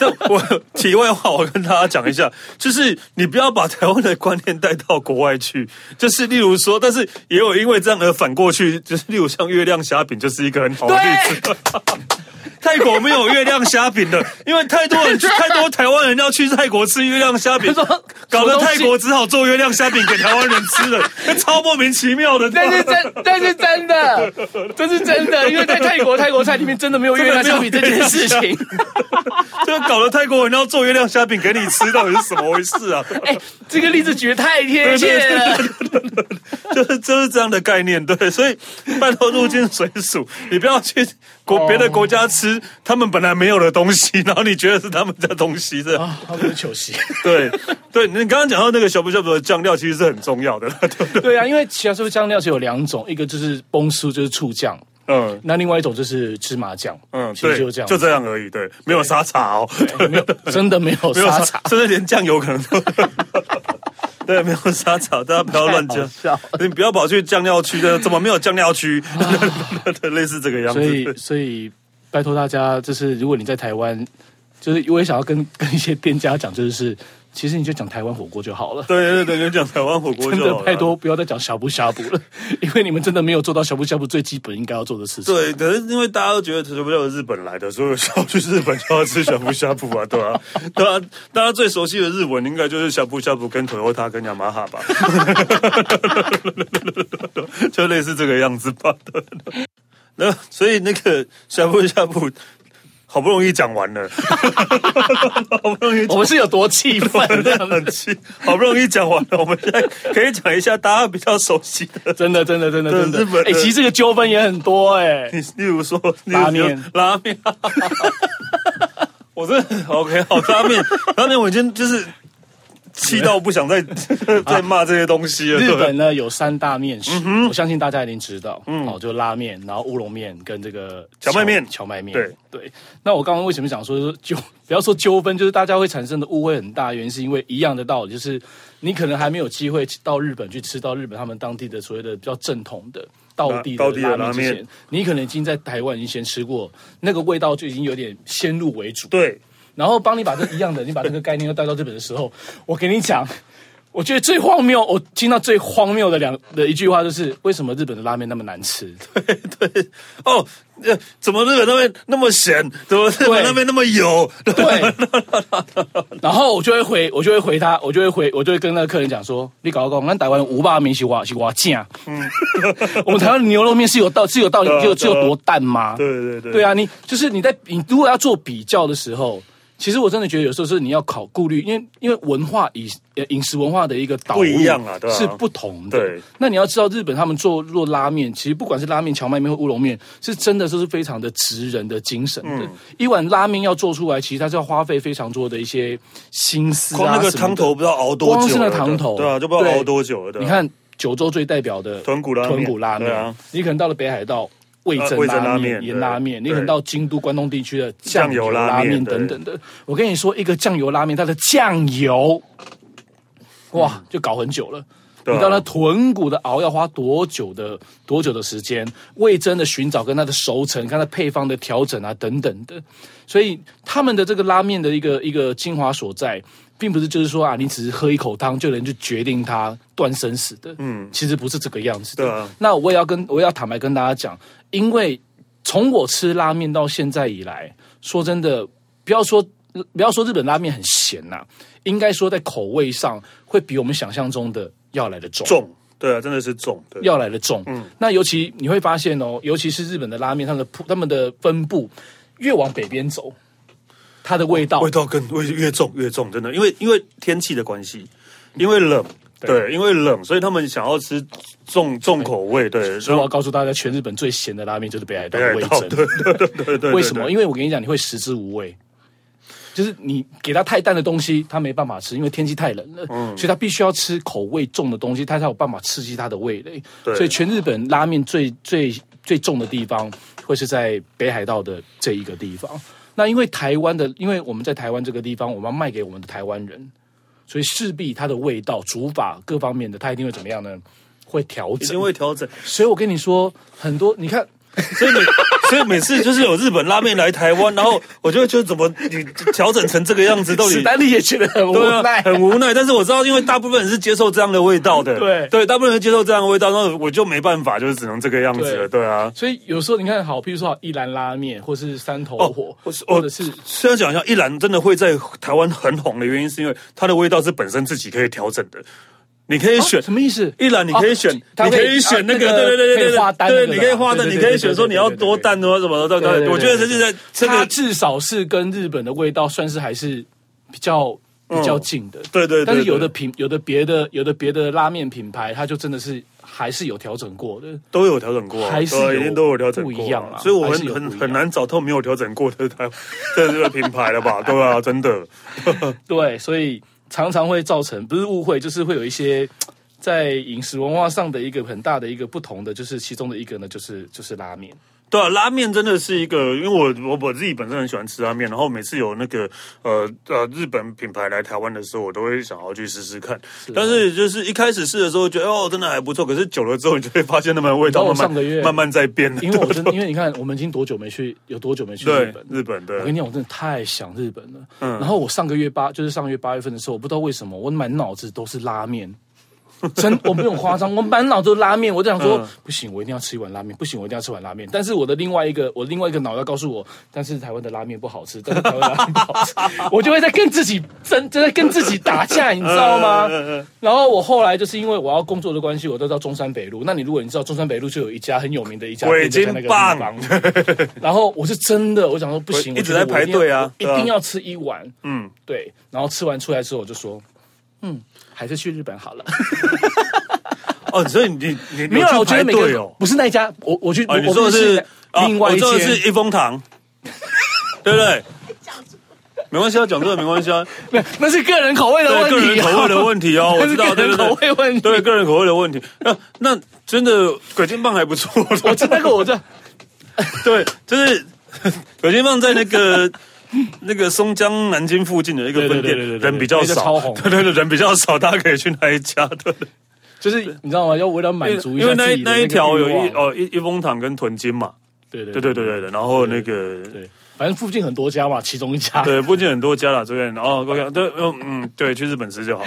但我题外话，我跟大家讲一下，就是你不要把台湾的观念带到国外去。 [laughs] 就是例如说，但是也有因为这样而反过去，就是例如像月亮虾饼就是一个很好的例子。 [laughs] 泰国没有月亮虾饼的，因为太 [laughs] 多人去，太多台湾人要去泰国吃月亮虾饼他啊说，搞得什么东泰西国只好做月亮虾饼给台湾人吃了， [laughs] 超莫名其妙的。但是真，但是真的， [laughs] 这是真的，因为在泰国泰国菜里面真的没有月亮虾饼这件事情。 [laughs] 就搞得泰国人要做月亮虾饼给你吃，到底是怎么回事啊？ [laughs] 哎、这个例子举得太 [laughs] 贴切了。就是就是这样的概念，对，所以拜托入境水属，你不要去哦国别的国家吃他们本来没有的东西，然后你觉得是他们家东西的，啊，他们是球鞋。对对。你刚刚讲到那个小不小不的酱料，其实是很重要的，对不对？ [laughs] 对啊，因为其他是酱料是有两种，一个就是崩酥，就是醋酱。嗯那另外一种就是芝麻酱，嗯，其实对，就这样，就这样而已，对，没有沙茶哦，对， [laughs] 没有真的没有没有沙茶，甚至连酱油可能 [laughs] 都。对，没有沙茶，大家不要乱太好讲笑。你不要跑去酱料区的，怎么没有酱料区？ [laughs] 对，类似这个样子。哦所以所以 [laughs] 拜托大家，就是如果你在台湾，就是我也想要跟跟一些店家讲，就是其实你就讲台湾火锅就好了。对对对，就讲台湾火锅真就好的了太。多，不要再讲呷哺呷哺了， [laughs] 因为你们真的没有做到呷哺呷哺最基本应该要做的事情。对，可是因为大家都觉得全部都是日本来的，所以要去日本就要吃呷哺呷哺啊，对吧、 [laughs] 大家大家最熟悉的日文应该就是呷哺呷哺跟 Toyota 跟雅马哈吧， [laughs] 就类似这个样子吧。对那所以那个呷哺呷哺好不容易讲完了， [laughs] 好不容易讲完了我们是有多气愤，这样很气，好不容易讲完了，我们现在可以讲一下大家比较熟悉的，真的，真的，真的，对真的日本。哎、人其实这个纠纷也很多哎、你例如说例如拉面说拉面， [laughs] 我真的 OK 好拉面，拉面我已经就是气到不想再 [laughs] 再骂这些东西了。日对不对本呢有三大面嗯食，我相信大家一定知道，嗯，哦，就拉面，然后乌龙面跟这个荞麦面荞麦面，对对。那我刚刚为什么讲说 [laughs] 纠，不要说纠纷，就是大家会产生的误会很大，原因是因为一样的道理，就是你可能还没有机会到日本去吃到日本他们当地的所谓的比较正统的。道地啊道的地的拉面之拉前面，你可能已经在台湾已经先吃过，那个味道就已经有点先入为主。对，然后帮你把这一样的，你把这个概念又带到日本的时候， [laughs] 我跟你讲，我觉得最荒谬，我听到最荒谬的两的一句话就是，为什么日本的拉面那么难吃？ [laughs] 对哦，呃，怎么日本那边那么咸？怎么日本那边那么油？对，然后我就会回，我就会回他，我就会回，我就会跟那个客人讲说，你搞搞，我们台湾五霸面是哇是哇酱， [laughs] 我们台湾的牛肉面是有道是有道理对啊，就就对啊多淡吗？对对对对啊，你就是你在你如果要做比较的时候，其实我真的觉得有时候是你要考顾虑，因为因为文化饮呃饮食文化的一个导入不一样啊对啊是不同的。对，那你要知道日本他们做做拉面，其实不管是拉面、荞麦面或乌龙面，是真的就是非常的职人的精神的。嗯一碗拉面要做出来，其实它是要花费非常多的一些心思啊光那个什么的汤头不知道熬多久了，光是那汤头对啊，就不知道对熬多久了。对啊你看九州最代表的豚骨拉面豚骨拉面，对啊你可能到了北海道。味呃噌味噌拉拉面、面盐对拉面，你可能对到京都、关东地区的酱酱油油拉拉面面对等等的。我跟你说，一个酱油拉面，它的酱油，嗯哇，就搞很久了。对啊你到那豚骨的熬要花多久的多久的时间？味噌的寻找跟它的熟成，看它配方的调整啊等等的，所以他们的这个拉面的一个一个精华所在，并不是就是说啊，你只是喝一口汤就能去决定它断生死的，嗯，其实不是这个样子的。对啊那我也要跟我也要坦白跟大家讲，因为从我吃拉面到现在以来，说真的，不要说不要说日本拉面很咸呐、应该说在口味上会比我们想象中的要来的重。嗯重，对啊，真的是重，对。要来的重。那尤其你会发现哦，尤其是日本的拉面，它的铺它们的分布越往北边走，它的味道味道更味越重越重，真的，因为因为天气的关系，因为冷，对，因为冷，所以他们想要吃重重口味， [laughs] 对，所以然我要后告诉大家，全日本最咸的拉面就是北海道的味对噌。对对对对对，对为什么？？因为我跟你讲，你会食之无味。就是你给它太淡的东西，它没办法吃，因为天气太冷了，嗯所以它必须要吃口味重的东西，它才有办法刺激它的味蕾。对所以全日本拉面最最最重的地方，会是在北海道的这一个地方。那因为台湾的，因为我们在台湾这个地方，我们要卖给我们的台湾人，所以势必它的味道、煮法各方面的，它一定会怎么样呢？会调一整定。会调整，所以我跟你说，很多你看，所以每所以每次就是有日本拉面来台湾，然后我就会觉得怎么你调整成这个样子，到史底丹利也觉得很无对啊奈，，很无奈。但是我知道，因为大部分人是接受这样的味道的，对对，大部分人接受这样的味道，那我就没办法，就是只能这个样子了，对啊。所以有时候你看好，譬如说好一兰拉面，或是三头火，或是哦或者是虽然讲一下，一兰真的会在台湾很红的原因，是因为它的味道是本身自己可以调整的。你可以选、啊什么意思？一兰，你可以选，它你会可以选那个，啊那对对个对对可以画对，单那对，个啦你可以画单，对对你对可以对选对说对你要对对多对淡多什么的。对对对对，对我觉得对这是在这它个，至少是跟日本的味道算是还是比较比较近的。嗯对对对但是有的对品有的别的有的别的拉面品牌，它就真的是还是有调整过的。都有调整过啊，还是对啊有一定都有调整过啊，不一样啦所以我还们是有很不一样很难找到没有调整过的台的这个品牌了吧？对啊，真的，对，所以常常会造成不是误会，就是会有一些在饮食文化上的一个很大的一个不同的，就是其中的一个呢，就是就是拉面。对啊，拉面真的是一个，因为我我我自己本身很喜欢吃拉面，然后每次有那个呃呃日本品牌来台湾的时候，我都会想要去试试看。啊但是就是一开始试的时候觉得哦真的还不错，可是久了之后你就会发现那们味道你知道慢慢我上个月慢慢在变。因为我真，因为你看，我们已经多久没去，有多久没去日对本？日本我对嗯跟，你讲，我真的太想日本了。然后我上个月八，就是上个月八月份的时候，我不知道为什么，我满脑子都是拉面。真，我不用 [laughs] 夸张，我满脑子都是拉面。我就想说，嗯不行，我一定要吃一碗拉面，不行，我一定要吃碗拉面。但是我的另外一个，我另外一个脑袋告诉我，但是台湾的拉面不好吃，但是台湾的拉面不好 [laughs] 吃，我就会在跟自己真，就在跟自己打架，你知道吗？ [laughs] 嗯嗯嗯嗯然后我后来就是因为我要工作的关系，我都到中山北路。那你如果你知道中山北路就有一家很有名的一家鬼店就在金那个地棒方，然后我是真的，我想说不行，一直我觉得在我一定要排队啊我对啊一定要吃一碗，嗯，对。然后吃完出来之后，我就说，嗯，还是去日本好了。哦，所以你你你 [laughs] 没有啊啦，我觉得每每个队人哦，不是那一家，我我去，啊，我你我说的不是啊另外一我说的间，是一风堂，对不对？没关系啊，讲这个没关系啊，没有那是个人口味的对问个题人啊，口味的问题哦，我那知是道，个对人对口对，味问题。对个人口味的问题。那那真的鬼金棒还不错， [laughs] 我真那个我这 [laughs] 对，就是鬼金棒在那个 [laughs] 那个松江南京附近的一个分对对店，对对对对人比较那个超少，红 [laughs] 对对对，人比较少，大家可以去那一家，对。对 [laughs] 就是你知道吗？要为了满足一因下为自那己的那一个条有欲望一，哦一一风堂跟屯金嘛，对对对对对对对，然后那个对，反正附近很多家嘛，其中一家。对，附近很多家了，这边哦，OK，对，嗯嗯，对，去日本吃就好。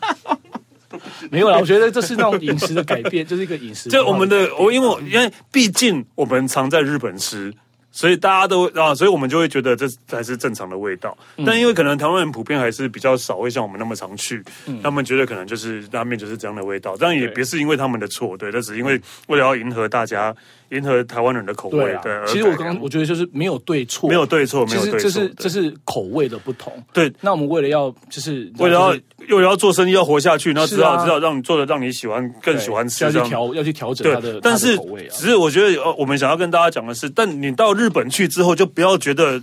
[laughs] 没有啦，我觉得这是那种饮食的改变，就是一个饮食 [laughs] 文就化。我们的，我因为我因为毕竟我们常在日本吃，所以大家都啊，所以我们就会觉得这才是正常的味道。嗯但因为可能台湾人普遍还是比较少会像我们那么常去，他们觉得可能就是拉面就是这样的味道，但也嗯对嗯别是因为他们的错，对，那只是因为为了要迎合大家，迎合台湾人的口对味啊，，对。其实而我改刚良刚我觉得就是没有对错，没有对错，没其有实对这错是，这是口味的不同。对。那我们为了要就是为了就是要又要做生意要活下去，然后是只好啊只好让你做的让你喜欢更对喜欢吃要这去样调要去调整它的对，但它的是口味啊。只是我觉得，呃，我们想要跟大家讲的是，但你到日本去之后，就不要觉得。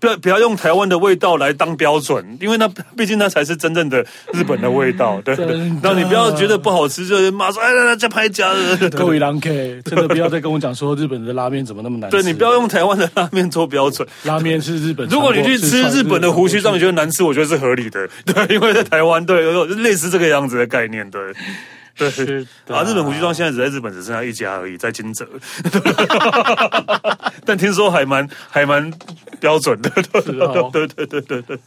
不要不要用台湾的味道来当标准，因为那毕竟那才是真正的日本的味道。对，嗯真的然后你不要觉得不好吃，就是马上哎来来再拍夹。各位狼 K，真的不要再跟我讲说日本的拉面怎么那么难吃。对你不要用台湾的拉面做标准。拉面是日本传如过果去你传过去去的。吃日本的胡须章，你觉得难吃，我觉得是合理的。对，因为在台湾，对，有类似这个样子的概念，对。对，是的啊，日本胡须章现在只在日本只剩下一家而已，在金泽。 [laughs] 但听说还蛮还蛮标准的，对是哦对对对对对。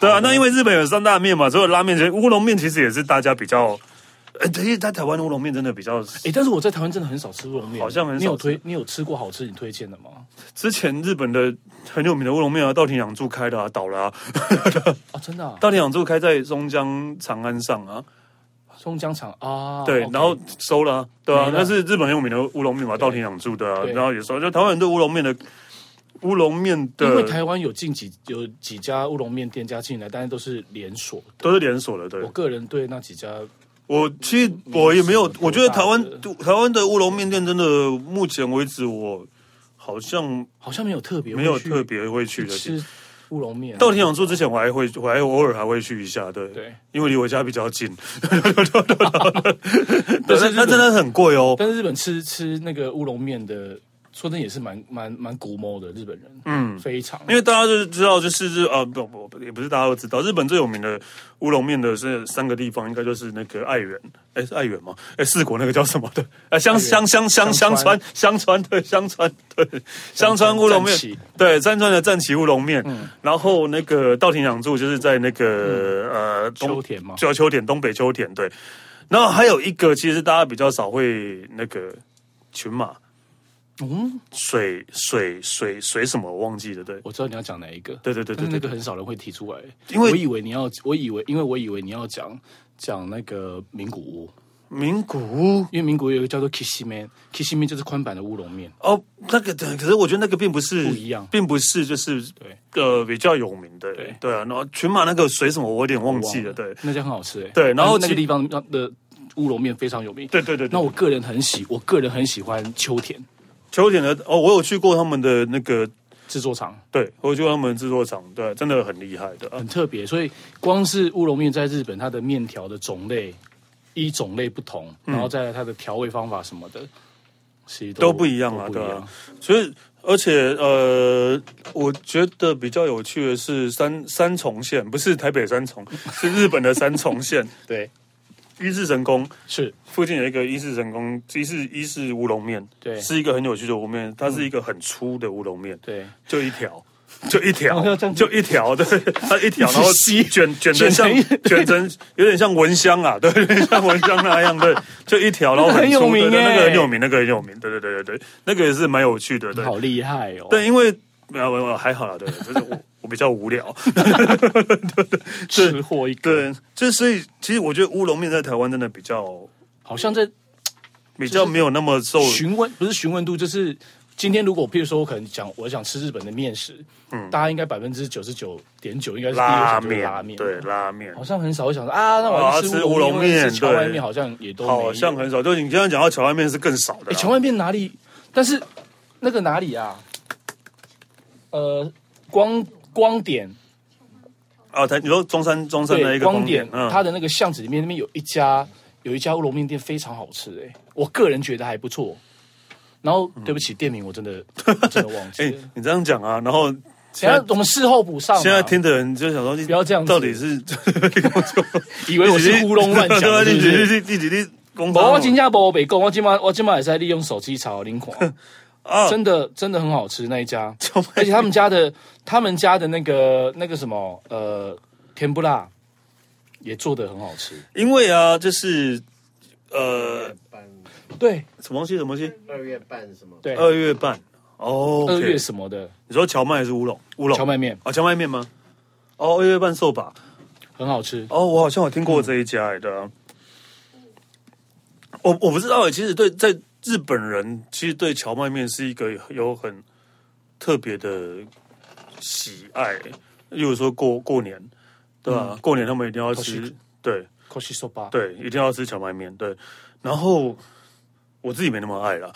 对啊，那因为日本有三大面嘛，所以拉面其实乌龙面其实也是大家比较，呃，其实在台湾乌龙面真的比较哎，但是我在台湾真的很少吃乌龙面，好像很少你有吃推，你有吃过好吃你推荐的吗？之前日本的很有名的乌龙面啊，稻田养助开的啊，倒了啊。 [laughs] 啊，真的啊，稻田养助开在松江长安上啊，松江场啊，对 OK 然后收了、啊，对啊没，了那是日本很有名的乌龙面嘛，稻田养助的、啊，对然后也收，就台湾人对乌龙面的乌龙面因为的台湾有近几有几家乌龙面店家进来，但是都是连锁。都是连锁的，对我。个人对那几家，我其实我也没有嗯，我觉得台湾多台湾的乌龙面店真的，目前为止我好像好像没有特别没有会去特别会去的。吃乌龙面。啊稻田养助之前我还会，我还偶尔还会去一下，对，对，因为离我家比较 [laughs] 近。但是是日本它真的很贵哦，但是日本吃吃那个乌龙面的，说真的也是蛮蛮蛮古摸的日本人，嗯，非常。因为大家就是知道，就是日啊，不不不，也不是大家都知道，日本最有名的乌龙面的是三个地方，应该就是那个爱媛，哎，是爱媛吗？哎，四国那个叫什么的？呃，香爱媛香香香香香川川香川对香川对香川乌龙面战旗，嗯对三川的战旗乌龙面，然后那个稻田养助就是在那个呃嗯秋田吗叫秋田东北秋田对，然后还有一个其实大家比较少会那个群马嗯，水水水水什么我忘记了对。我知道你要讲哪一个，对对对但对是对那个很少人会提出来，因为我以为你要，我以为因为我以为你要讲讲那个名古屋，名古屋因为名古屋有一个叫做 Kishime，Kishime 就是宽版的乌龙面。哦，那个对，可是我觉得那个并不是不一样并不是就是对呃比较有名的，对对啊。然后群马那个水什么，我有点忘记了，对那家很好吃哎、对然后那其个地方的乌龙面非常有名。对对对那对。我个人很喜，我个人很喜欢秋田秋田的哦，我有去过他们的那个，制作厂，对我有去过他们的制作厂，对，真的很厉害的啊。很特别。所以光是乌龙面在日本，它的面条的种类依种类不同，然后再来它的调味方法什么的，其实嗯都不一样啊，都不对一啊样。。所以，而且呃，我觉得比较有趣的是三三重县，不是台北三重，是日本的三重县 [laughs] 对，伊势神宫是附近有一个伊势神宫，伊势伊势乌龙面，对是一个很有趣的乌龙面，它是一个很粗的乌龙面，对，就一条。就一条 [laughs] 哦要这样，子就一条，对，它一 [laughs] 条，然后吸卷卷成卷像成一 [laughs] 卷成有点像蚊香啊，对，有点像蚊香那样，对，就一条，然后很有粗对名对那欸个很有名，那个很有名，对对对对对，那个也是蛮有趣的，对，好厉害哦。对，因为没有没有还好啦，对，就是 [laughs] 我我比较无聊，吃货一个，对，就是所以其实我觉得乌龙面在台湾真的比较好像在哦比较没有那么受询问，不是询问度，就是今天如果譬如说我可能讲我想吃日本的面食，嗯，大家应该百分之九十九点九应该是拉第一个选择面，拉面，对，拉面好。像很少会想说啊，那我要啊吃吃乌乌龙龙面，面吃荞麦对面，好像也都没有好像很少，就是你刚刚讲到荞麦面是更少的哎，啦，荞麦面哪里？但是那个哪里啊？呃，光光点啊，台你说中山中山的一对个光点嗯点，，它的那个巷子里面那边有一家有一家乌龙面店非常好吃，哎，我个人觉得还不错。然后对不起，店名我 [laughs] 真的我真的忘嗯记哎了。，你这样讲啊，然后等一下我们事后补上嘛。现在听的人就想说，你不要这样子到底 [laughs] 是啊以为我是乌龙 [laughs] 乱讲的，是你不几是？你几你几公不我章今天不北贡，我今晚我今晚也是在利用手机查灵款， [laughs] 啊，真的真的很好吃那一家，荞麦而且他们家的他们家的那个那个什么呃甜不辣也做的很好吃，因为啊，就是呃，半对什么东西什么东西，二月半什么？对，二月半哦，二呃 OK 月什么的你说荞麦还是乌龙？乌龙荞麦面啊，荞麦面吗？哦，二月半寿吧。很好吃，哦，我好像有听过这一家哎的、对啊我我不知道哎，其实对在日本人，其实对荞麦面是一个有很特别的喜爱欸。例如说过过年，对吧、嗯过年他们一定要吃 Toshiko，对可惜说吧，对，一定要吃荞麦面。对，然后我自己没那么爱了，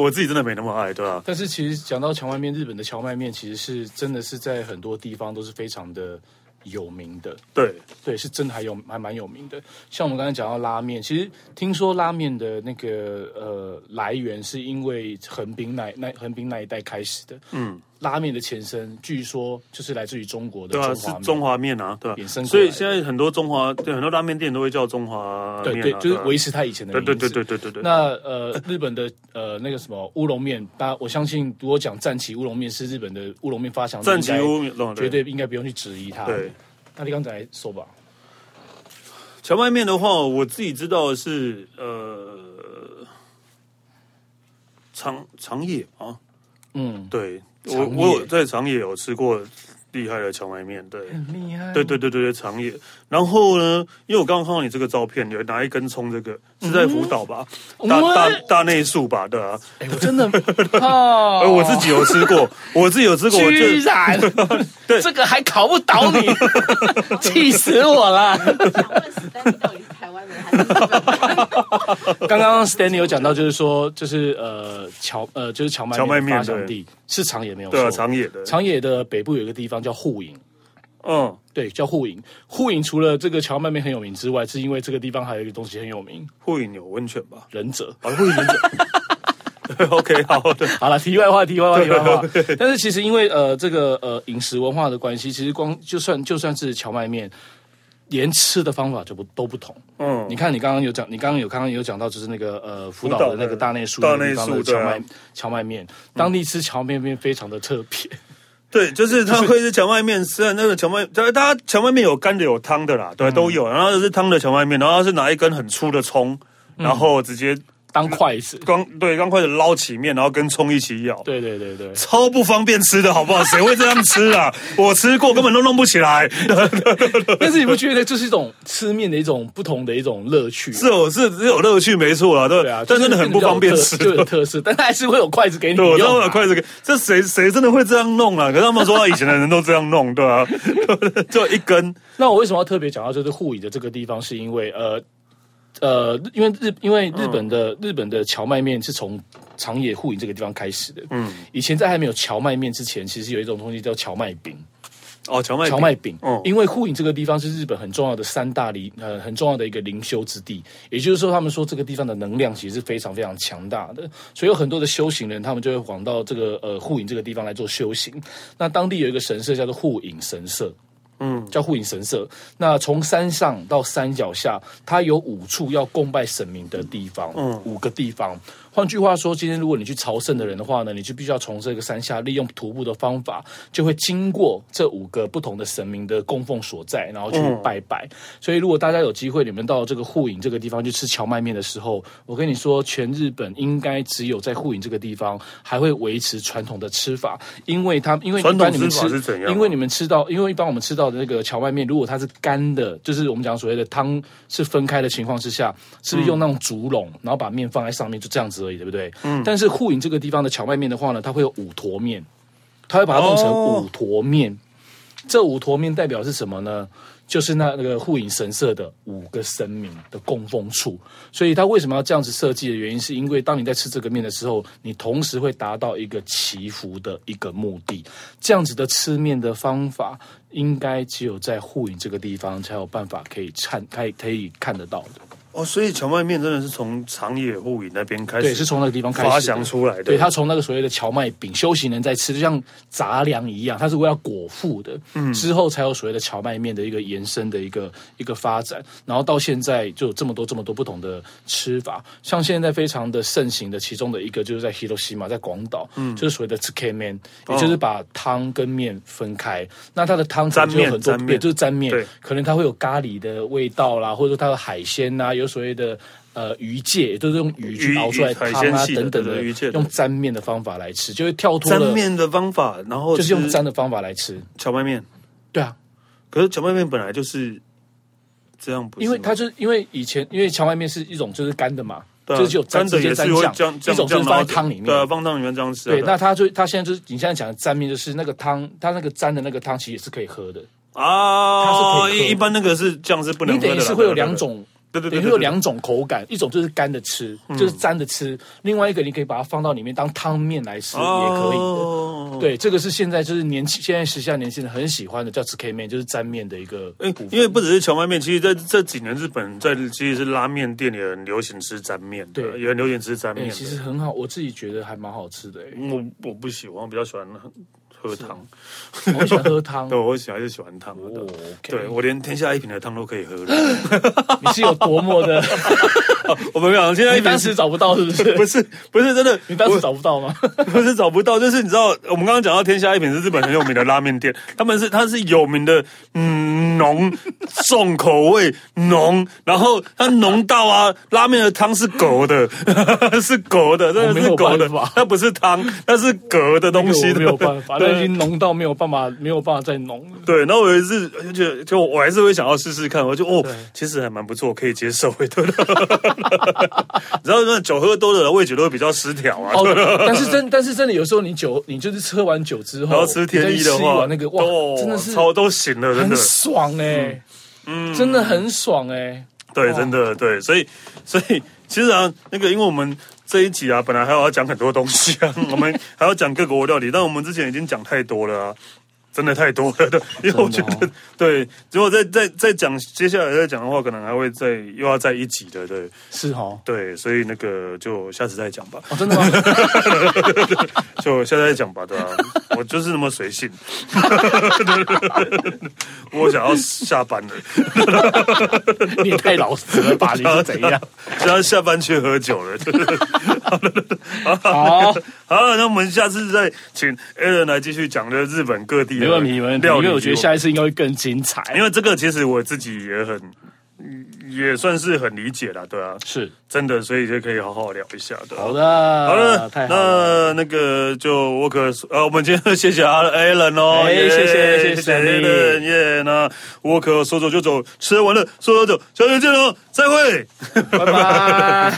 [laughs] 我自己真的没那么爱，对吧、但是其实讲到荞麦面，日本的荞麦面其实是真的是在很多地方都是非常的有名的，对，对，是真的还有还蛮有名的。像我们刚才讲到拉面，其实听说拉面的那个呃来源是因为横滨那那横滨那一带开始的。嗯，拉面的前身据说就是来自于中国的对啊，中是华面。中华面啊，对吧、衍生过来的所以现在很多中华对很多拉面店都会叫中华面、对啊，对，就是吧维持它以前的对名对字。对对对对对。那呃，日本的呃那个什么乌龙面，大家我相信，如果讲战旗乌龙面是日本的乌龙面发祥地，战旗哦应乌该龙绝对应该不用去质疑它。对，那你刚才说吧，荞麦面的话，我自己知道的是呃长长野啊，嗯，对我长野我有在长野有吃过厉害的荞麦面，对。厉害对对对对对，长野。然后呢，因为我刚刚看到你这个照片，有拿一根葱，这个是在福岛吧？嗯大大大内树吧？对啊，哎哎，[laughs] 我真的，哦而我自己有吃过，我自己有吃过，我就 [laughs] 居然， [laughs] 对这个还考不倒 [laughs] 你，气死我了！想问史丹利到底是台湾人还是日本人？ [laughs] 刚刚 Stanley 有讲到，就是说，就是呃，荞呃，就是荞麦荞麦面发祥地是长野没有错对啊，长野的，长野的北部有一个地方叫户营，嗯，对，叫户营。户营除了这个荞麦面很有名之外，是因为这个地方还有一个东西很有名会有温泉吧——？忍者。啊，会忍者。 [laughs] 对 OK，好的，好了，题外话，题外话，题外话。但是其实因为呃这个呃饮食文化的关系，其实光就算就算是荞麦面，连吃的方法就不都不同。嗯你，看你刚刚有讲，你刚刚有刚刚有讲到，就是那个呃福岛岛的那的个大内树大那个地内方树的对荞啊麦荞麦面，当地吃荞麦面非常的特别。对，就是它会是荞麦面，虽然那个荞麦，它它荞麦面有干的有汤的啦，嗯对，都有。然后是汤的荞麦面，然后是拿一根很粗的葱，嗯然后直接当筷子，刚对刚开始捞起面，然后跟葱一起咬。对对对 [laughs] 对，超不方便吃的好不好？谁会这样吃 [laughs] 啊？我吃过，根本都弄不起来。但是你不觉得这是一种吃面的一种不同的一种乐趣？是有是是有乐趣，没错啦，对，对啊，但真的就是很不方便吃。就有特色，但它还是会有筷子给 [laughs] 你对，我知道用了啊。筷子给这谁谁真的会这样弄啊？可是他们说以前的人都这样弄，对啊， [laughs] 就一根，那我为什么要特别讲到就是护椅的这个地方，是因为呃呃，因为日因为日本嗯的、日本的荞麦面是从长野护椅这个地方开始的。嗯，以前在还没有荞麦面之前，其实有一种东西叫荞麦饼。哦，荞麦荞麦饼，嗯因为护影这个地方是日本很重要的三大灵呃很重要的一个灵修之地，也就是说他们说这个地方的能量其实是非常非常强大的，所以有很多的修行人他们就会往到这个呃护影这个地方来做修行。那当地有一个神社叫做护影神社。嗯，叫护影神社。那从山上到山脚下，它有五处要供拜神明的地方，嗯，五个地方。换句话说，今天如果你去朝圣的人的话呢，你就必须要从这个山下利用徒步的方法，就会经过这五个不同的神明的供奉所在，然后去嗯拜拜。所以，如果大家有机会，你们到这个护影这个地方去吃荞麦面的时候，我跟你说，全日本应该只有在护影这个地方还会维持传统的吃法，因为他因为一传统般你们吃吃法是怎样啊因为你们吃到，因为一般我们吃到的那个荞麦面，如果它是干的，就是我们讲所谓的汤是分开的情况之下，是不是用那种竹笼，然后把面放在上面，就这样子而已，对不对？嗯。但是护影这个地方的荞麦面的话呢，它会有五坨面，它会把它弄成哦五坨面。这五坨面代表是什么呢？就是那那个护影神社的五个神明的供奉处，所以它为什么要这样子设计的原因，是因为当你在吃这个面的时候，你同时会达到一个祈福的一个目的。这样子的吃面的方法，应该只有在护影这个地方才有办法可以看，可以可以看得到的。哦，所以荞麦面真的是从长野护影那边开始，对，是从那个地方开始的发祥出来的。对，它从那个所谓的荞麦饼，修行人在吃，就像杂粮一样，它是为了果腹的。嗯，之后才有所谓的荞麦面的一个延伸的一个一个发展，然后到现在就有这么多这么多不同的吃法，像现在非常的盛行的其中的一个就是在 Hiroshima，在广岛，嗯，就是所谓的 t s k e m e n 哦也就是把汤跟面分开。那它的汤可能就有很多沾面沾面变，就是沾面对，可能它会有咖喱的味道啦，或者说它有海鲜呐、有所谓的。呃，鱼介也都是用鱼去鱼熬出来鱼海汤鲜啊系的等等对的，对鱼介的用沾面的方法来吃，就会跳脱沾了，面的方法，然后就是用吃沾的方法来吃。荞麦面。对啊，可是荞麦面本来就是这样，不是因为吗它就是因为以前因为荞麦面是一种就是干的嘛，对啊就是只有沾干的直接也沾是会酱，这样这样一种这就样是放在捞汤里面。对啊，放汤里面这样吃啊。对，啊那它就它现在就是你现在讲的沾面，就是那个汤，它那个沾的那个汤其实也是可以喝的。它啊，是可以喝一一般那个是酱是不能你喝的啦，等于是会有对啊两，种对对对对等啊于对，有对，嗯两种口感，一种就是干的吃，就是沾着吃；另外一个你可以把它放到里面当汤面来吃，也可以的。哦。对，这个是现在就是年轻，现在时下年轻人很喜欢的叫 s k 面，就是沾面的一个哎部分。，因为不只是荞麦面，其实在这几年日本在其实是拉面店也很流行吃沾面的，对也很流行吃沾面哎的。其实很好，我自己觉得还蛮好吃 [laughs] 的、哎我我不喜欢，我比较喜欢喝喝汤，我喜欢喝汤。对，哦我喜欢就喜欢汤的。 ，OK 对，我连天下一品的汤都可以喝了。你是有多 [laughs] 么的？我们讲现在一你品当时找不到是不是？不是不是真的，你当时找不到吗？不是找不到，就是你知道，我们刚刚讲到天下一品是日本很有名的拉面店，他们是它是有名的，嗯，浓重口味浓，然后它浓到啊，拉面的汤是狗的， [laughs] 是狗的，真的是狗哦我没的有办法，它不是汤，它是狗的东西我的，没有办法，那已 [laughs] 对经浓到没有办法，没有办法再浓了。对，然后我有一次就觉得，就我还是会想要试试看，我就哦对，其实还蛮不错，可以接受，对不对？ [laughs] 然后那酒喝多了，味觉都会比较失调啊，对哦，但是真但是真的，有时候你酒，你就是喝完酒之后，然后吃天你一再的吃一碗话，那个哇哦，真的是超都醒了，真很的，爽哎、嗯，真的很爽哎、对，哇真的对，所以所以其实啊，那个因为我们这一集啊，本来还要讲很多东西啊，我 [laughs] 们还要讲各国料理，但我们之前已经讲太多了啊。真的太多了，对，因为我觉真的哦得、对，如果再再再讲接下来再讲的话，可能还会再又要再一集的，对是哦，对，所以那个就下次再讲吧，哦真的吗？就下次再讲吧，对啊，我就是那么随性，我想要下班了。 [laughs] 你也太老实了吧？你是怎样？就要下班去喝酒了。好，好，那我们下次再请 Alan 来继续讲这日本各地的 [laughs] 没问题，没问题，料因理。为我觉得下，一次应该会更精彩。因为这个其实我自己也很，嗯也算是很理解了，对啊，是真的，所以就可以好好聊一下啊的。好的，好了，太好了。那那个就我可呃，我们今天谢谢阿 Alan 哦，哎耶谢谢谢谢 Alan 耶。那我可说走就走，哦 [laughs] 吃完了说走就走，下次见喽，再会。拜拜。